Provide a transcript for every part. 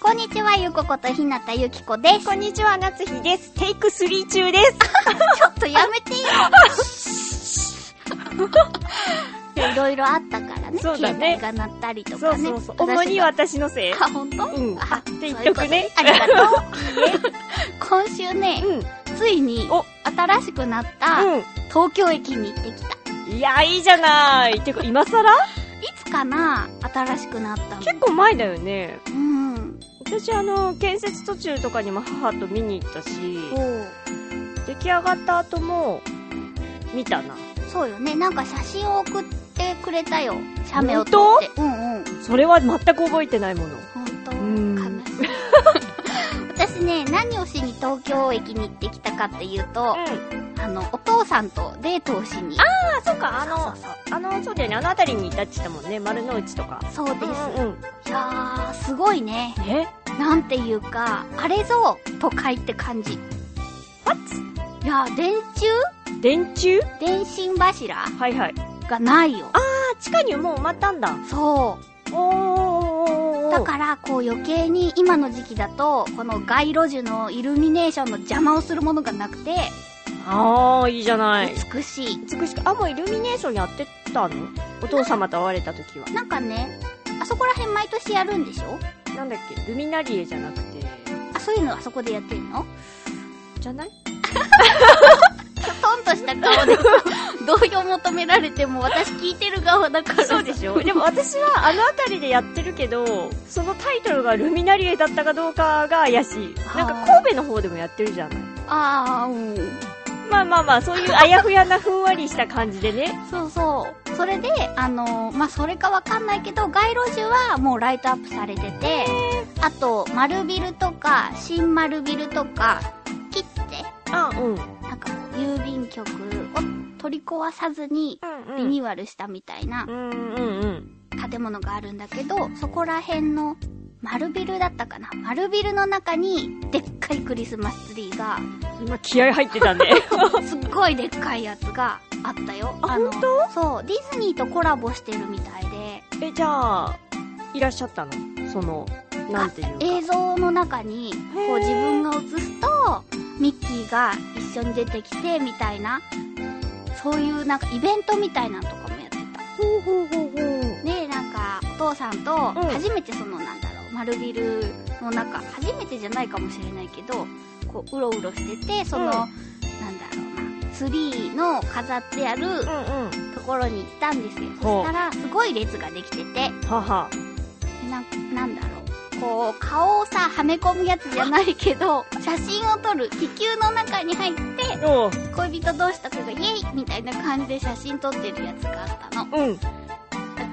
こんにちはゆこことひなたゆきこですこんにちは、夏日です。テイク3中です。ちょっとやめ てよ。いろいろあったからね。そうだ携ね帯が鳴ったりとそかうね。そうそう。主には。私のせい。あ、ほんとうんあ、って言っとくねそういうことありがと う。今週ね、うん。ついにお、新しくなったう東京駅に行ってきた。ん。いや、いいじゃない。てか、今更いつかな新しくなったの。結構前だよね。うん。私、あの、建設途中とかにも母と見に行ったし、う。出来上がった後も、見たな。そうよね。なんか写真を送ってくれたよ。写メを撮って。うんうん。それは全く覚えてないもの。本当うん悲しい 私ね何をしに東京駅に行ってきたかっていうと、ん。あのお父さんとデートをしにあ、そうか、あの、そうあの、そうだよね。あの辺りにいたって言ったもんね。丸の内とか。そうそうそうです、うんうん。いやーすごいねえなんていうかあれぞ都会って感じ What？いやー電柱電柱電信柱はいはい。がないよあ、地下にもう埋まったんだ。そおうー。だからこう余計に今の時期だとこの街路樹のイルミネーションの邪魔をするものがなくてああ、いいじゃない。美しい美しく、あ、もうイルミネーションやってたのお父様と会われた時は。なんかね、あそこら辺毎年やるんでしょなんだっけ、ルミナリエじゃなくて、あ、そういうのあそこでやってんのじゃないきょとんとした顔 で、同意を求められても私聞いてる側だから。そうでし ょでも私はあの辺りでやってるけど、そのタイトルがルミナリエだったかどうかが怪しい。なんか神戸の方でもやってるじゃない。ああ、うん。まあまあまあ、そういうあやふやなふんわりした感じでね。そうそう。それで、あのーまあ、それかわかんないけど、街路樹はもうライトアップされてて、あと、丸ビルとか、新丸ビルとか、切って、あ、うん。うんなんかこう、郵便局を取り壊さずに、リうん。ニューアルしたみたいなうんうんうん。建物があるんだけど、そこら辺の丸ビルだったかな丸ビルの中に、でっかいクリスマスツリー が、今気合入ってたね。すっごいでっかいやつがあったよ。あの本そう、ディズニーとコラボしてるみたいで、 え、じゃあ、いらっしゃったのその、なんていうか。映像の中に、こう自分が映すと、ミッキーが一緒に出てきて、みたいな、そういうなんかイベントみたいなのとかもやってた。ほうほうほうほう。でなんかお父さんと初めてそのなんだろう丸ビルの中初めてじゃないかもしれないけどこううろうろしててその、うんなんだろうなツリーの飾ってあるうんうん。ところに行ったんですよそほうしたらすごい列ができててではは。なんなんだろうこう顔をさはめ込むやつじゃないけ ど写真を撮る気球の中に入っておう恋人同士とかがイエイみたいな感じで写真撮ってるやつがあったのうん。だ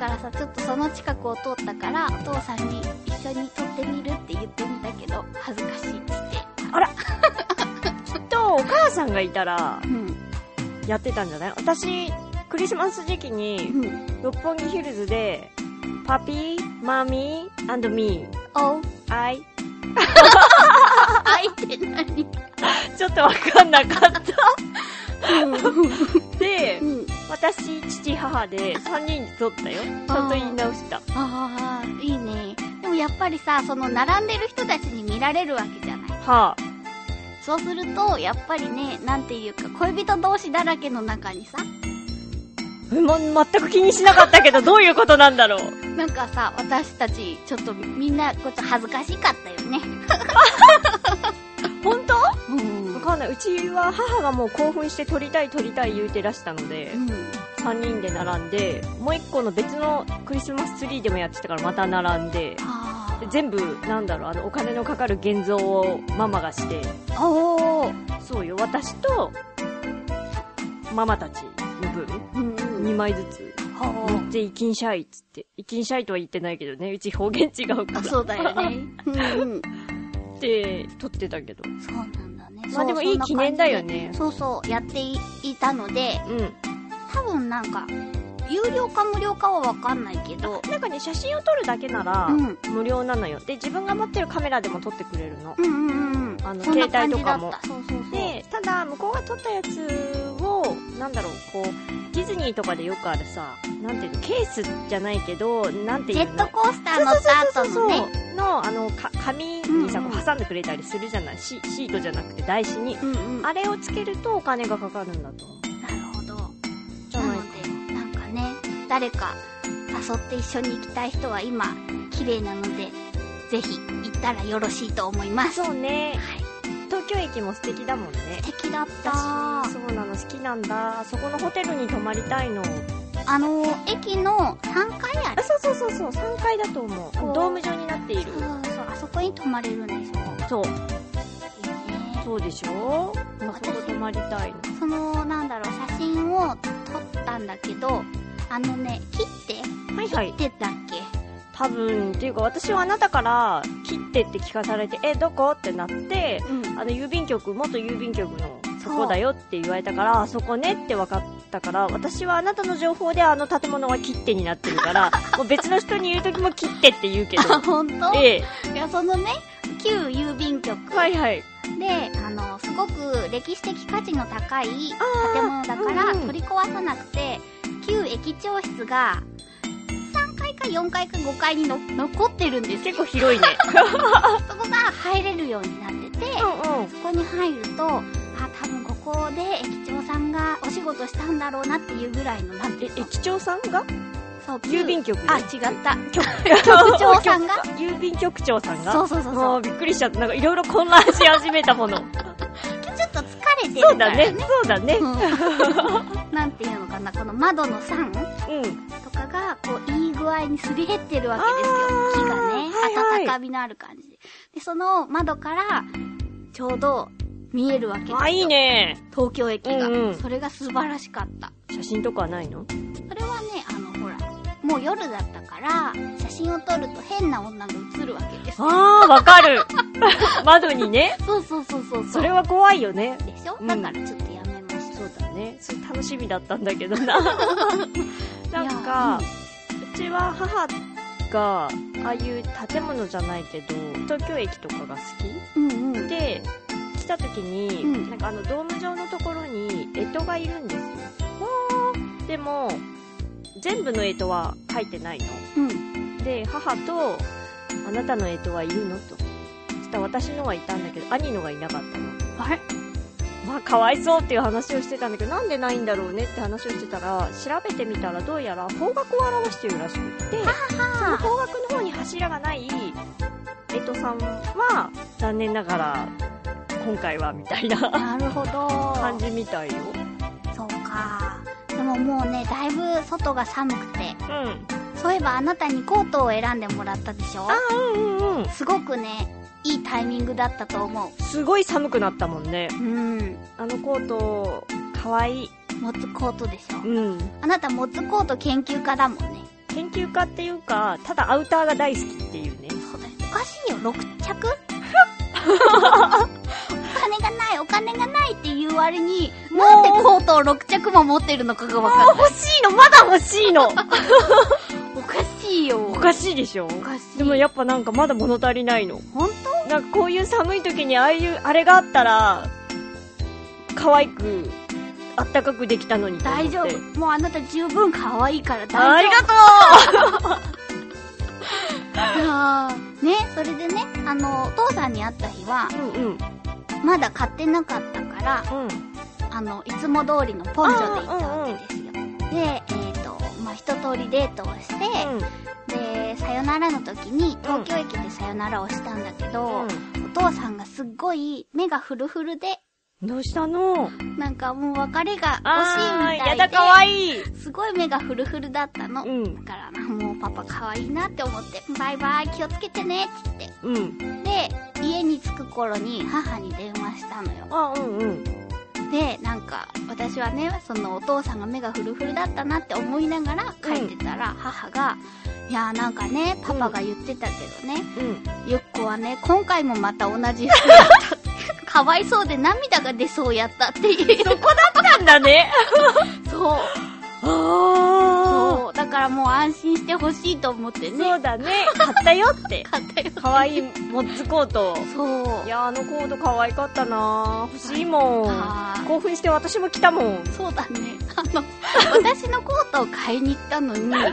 からさちょっとその近くを通ったからお父さんに一緒に撮ってみるって言ってみたけど恥ずかしいって言ってきっと、お母さんがいたら、うんやってたんじゃない私、クリスマス時期に、うん六本木ヒルズで、パピー、マミー、アンドミー、おうアイ。あいって何ちょっとわかんなかった。うんで、うん私、父、母で、三人で撮ったよ。ちゃんと言い直した。ああいいねでもやっぱりさその並んでる人たちに見られるわけじゃないはそうするとやっぱりねなんていうか恋人同士だらけの中にさぁ、ま、全く気にしなかったけど、どういうことなんだろう。なんかさ私たちちょっとみんなこうちょっと恥ずかしかったよ ね本当うんわかんない。うちは母がもう興奮して撮りたい撮りたい言うてらしたので、3人で並んで、もう1個の別のクリスマスツリーでもやってたからまた並んで、あでー全部、なんだろう、あの、お金のかかる現像をママがして、おおそうよ、私と、ママたちの分うんうんうん2枚ずつほ持っていきんしゃいっつっていきんしゃいとは言ってないけどねうち方言違うからあ、そうだよね。うんうん。って撮ってたけどそうなんだね。まあでもそういい記念だよねそんな感じでそうそう、やっていいたので、うん多分なんか、有料か無料かはわかんないけど、なんかね写真を撮るだけならうん無料なのよで自分が持ってるカメラでも撮ってくれるのうんうんうんうん。あのそんな感じだっ携帯とた。そうそうそう。でただ向こうが撮ったやつをなんだろうこうディズニーとかでよくあるさなんていうのケースじゃないけどなんていうジのェットコースター乗った後のね。そうのあのか紙にさうんうんこう挟んでくれたりするじゃない、シシートじゃなくて台紙にうんうん。なあれをつけるとお金がかかるんだと思うるほど。じゃなないのかで、なんかね、誰か誘って一緒に行きたい人は今、綺麗なので、ぜひ行ったらよろしいと思います。そうねはい。東京駅も素敵だもんね素敵だった。私そうなの好きなんだそこのホテルに泊まりたいのあの駅の3階ああるそうそうそうそう3階だと思うそうドーム状になっていそるうそうそうあそこに泊まれるんでしょそういいねそうでしょあそこ私泊まりたいのそのなんだろう写真を撮ったんだけどあのね切ってはいはい切ってたっけ多分っていうか私はあなたから切ってって聞かされてえどこってなってうんあの郵便局元郵便局のそこだよって言われたからあそこねって分かったから私はあなたの情報であの建物は切ってになってるから もう別の人に言う時も切ってって言う けどあ本当、ええいやそのね旧郵便局はいはいであのすごく歴史的価値の高い建物だかうらんうん取り壊さなくて旧駅長室が3階か4階か5階にの残ってるんですよ結構広いねそこが入れるようになってて、うんうんそこに入ると、あ、多分ここで駅長さんがお仕事したんだろうなっていうぐらいの、なんてえいうの、駅長さんがそう、郵便局であ、違った。局局長さんが郵便 局長さんがそうそうそうもそうう。びっくりしちゃったなんかいろいろ混乱し始めたものちょっと疲れてる そうかだらねそうだねうん なんていうのかな、この窓の3うんとかが、こう、いい具合にすり減ってるわけですよ。木あがーねはい、はい温かみのある感じで。で、その窓から、ちょうど見えるわけですよ。あいいね東京駅が。うんうんそれが素晴らしかった。写真とかはないのそれはね、あの、ほら、もう夜だったから、写真を撮ると変な女が映るわけですよ。ああわか る窓にねそうそうそうそう。それは怖いよねでしょ、うんだからちょっとやめました。そうだねそれ楽しみだったんだけど ななんかいや、うちは母がああいう建物じゃないけど東京駅とかが好きうん、うんうん。で来た時に、うんなんかあのドーム状のところに干支がいるんですよでも全部の干支は書いてないのうん。で母と「あなたの干支はいるの?」とそしたら私のはいたんだけど兄のがいなかったのあれまあかわいそうっていう話をしてたんだけどなんでないんだろうねって話をしてたら調べてみたらどうやら方角を表しているらしくてそのあ方角の方に柱がない江戸さんは残念ながら今回はみたいあ、ななるほど。感じみたいよそうか。でももうね、だいぶ外が寒くて、うんそういえばあなたにコートを選んでもらったでしょあうんうんうんすごくね、いいタイミングだったと思すごい寒くなったもんねう。うん。あのコートかわいい持つコートでしょ、うんあなた持つコート研究家だもんね。研究家っていうかただアウターが大好きっていうねそうだよおかしいよ、6着お金 がない、お金がないっていう割に、なんでコートを6着も持ってるのかがわかんない。欲しいのまだ欲しいのおかしいよ。 おおかしいでしょかしい。でもやっぱなんかまだ物足りないのほんとなんかこういう寒い時にああいうあれがあったら可愛くあったかくできたのにと思っ大て丈夫。もうあなた十分可愛いからあ大り丈がと夫。あーね、それでね、あの、お父さんに会った日は、ううんうんまだ買ってなかったから、あの、いつも通りのポンチョで行ったわけですよ。で、えっ、と、まあ、一通りデートをして、で、さよならの時に、東京駅でさよならをしたんだけど、お父さんがすっごい目がフルフルで、うんどうしたのなんかもう別れがあ惜しいみーたやいでだ、可愛いすごい目がフルフルだったの。うだんから、もうパパ可愛いなって思って、バイバイ気をつけてねってうん言って、で、家に着く頃に母に電話したのよ。あうんうんでなんか私はねそのお父さんが目がフルフルだったなって思いながら書いてたら、母が「いやーなんかねパパが言ってたけどね、ゆっこはね今回もまた同じ服だった」かわいそうで涙が出そうやったっていうそこだったんだねそうあそうだからもう安心してほしいと思ってあねそうだね買ったよって買ったよ可愛いモッツコートそういやあのコート可愛かったな欲しいもんあー興奮して私も来たもんそうだね。あの、 私のコートを買いに行ったのに、9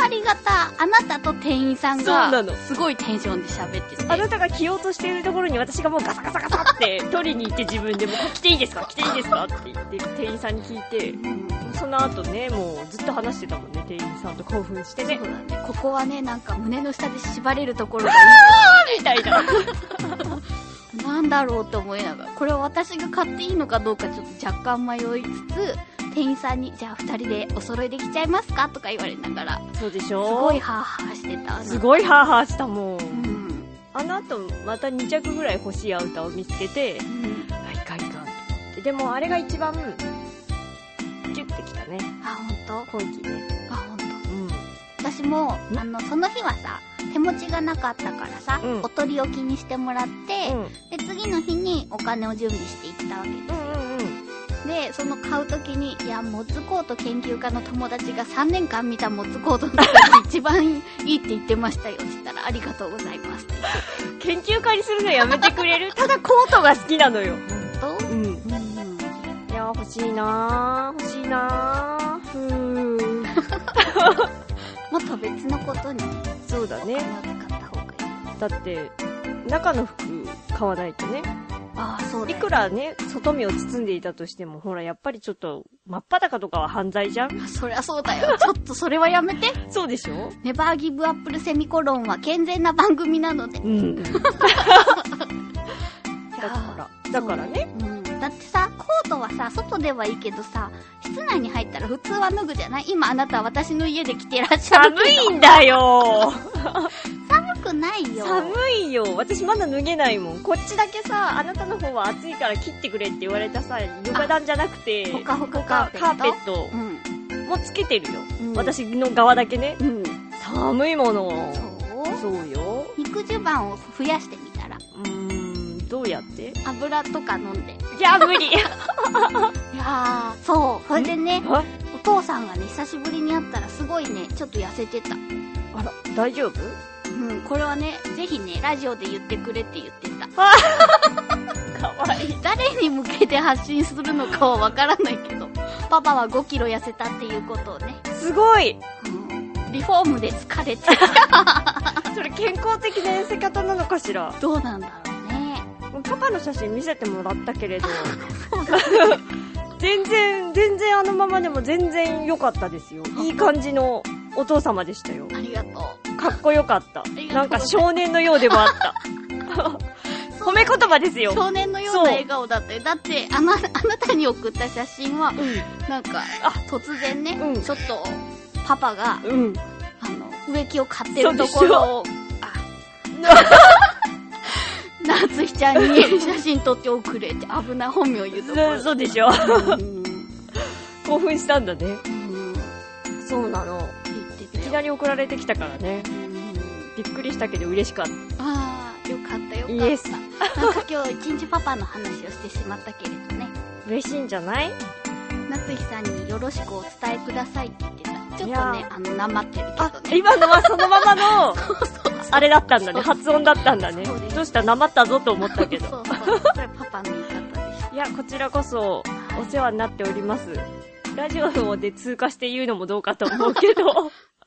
割方、あなたと店員さんそうながの、すごいテンションで喋ってて。あなたが着ようとしているところに私がもうガサガサガサって取りに行って自分でもうこれ着ていいですか着ていいですかって言って店員さんに聞いてうんその後ねもうずっと話してたもんね店員さんと興奮してそうねだね。ここはね、なんか胸の下で縛れるところがいみたいない。 なんだろうと思いながら、これは私が買っていいのかどうかちょっと若干迷いつつ、店員さんに、じゃあ二人でお揃いできちゃいますかとか言われながら、そうですしょごいハーハーしてた。すい。ごいハーハーしたもんうん。あの後また2着ぐらい欲しいアウターを見つけてうん。あいかんいかんと思ってでもあれが一番キュッてきたねあ、ほんと今季ねあ、ほんと。うん私もんあのその日はさ手持ちがなかったからさ、うんお取り置きにしてもらって、うんで次の日にお金を準備していったわけうんうんでその買う時にいやモッツコート研究家の友達が3年間見たモッツコートの中で一番いいって言ってましたよって言ったらありがとうございますって研究家にするのやめてくれるただコートが好きなのよ。言うと、うん。いうん、や、欲しいなぁ。欲しいなぁ。ふーん。 もっと別のことにそうだお金ね。を使った方がいいだって、中の服買わないとね。ああそうだいよくらね、外見を包んでいたとしても、ほら、やっぱりちょっと、真っ裸とかは犯罪じゃんそりゃそうだよちょっとそれはやめてそうでしょネバーギブアップルセミコロンは健全な番組なので うん。だだから、だからね。うん、だってさコートはさ外ではいいけどさ室内に入ったら普通は脱ぐじゃない今あなたは私の家で着てらっしゃる寒いんだよ寒くないよ 寒いよ私まだ脱げないもんこっちだけさあなたの方は暑いから切ってくれって言われたさ床暖じゃなくてほかほかカカーーペペットットうんもつけてるよ、うん私の側だけねうん寒いものそうそうよ肉襦袢を増やしてみたらうーんどうやって油とか飲んでいや 無理いやーそうそれでねあお父さんがね久しぶりに会ったらすごいねちょっと痩せてたあら大丈夫うんこれはねぜひねラジオで言ってくれって言って たかわいい誰に向けて発信するのかはわからないけどパパは5キロ痩せたっていうことをね、すごいうんリフォームで疲れてそれ健康的な痩せ方なのかしら どうなんだろうねパパの写真見せてもらったけ れど全然全然あのままでも全然良かったですよいい感じのお父様でしたよありがとうかっこよかったりがとうなんか少年のようでもあった 褒め言葉ですよ少年のような笑顔だったよだってあなあなたに送った写真はなんかあ突然ね、うんちょっとパパがうんうんあの植木を買ってるところを 夏日ちゃんに写真撮っておくれって危ない本名言うところそうそうでしょうん興奮したんだねうんってそうなの言っていたきよなり送られてきたからねうんびっくりしたけど嬉しかったああ、よかったよかった。イエスなんか今日一日パパの話をしてしまったけれどね、嬉しいんじゃない夏日さんによろしくお伝えくださいって言ってた。ちょいっやとねー、あの、なまってるあけどね。今のはそのままのあれだったんだねそう発音だったんだねそうですどうしたなまったぞと思ったけどそうそう。これパパの言い方でしいや、こちらこそ、お世話になっております。ラジオで通過して言うのもどうかと思うけど。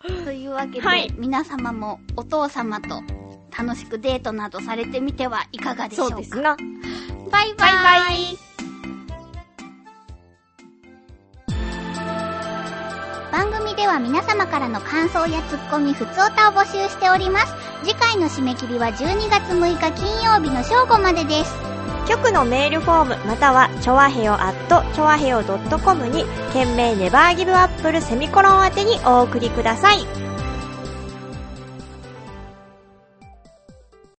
た。というわけで、はい皆様もお父様と楽しくデートなどされてみてはいかがでしょう そか。うですな。バイバイ。バ番組では皆様からの感想やツッコミ、ふつおたを募集しております。次回の締め切りは12月6日金曜日の正午までです。局のメールフォームまたはチョアヘヨアットチョアヘヨ .com に件名ネバーギブアップルセミコロン宛てにお送りください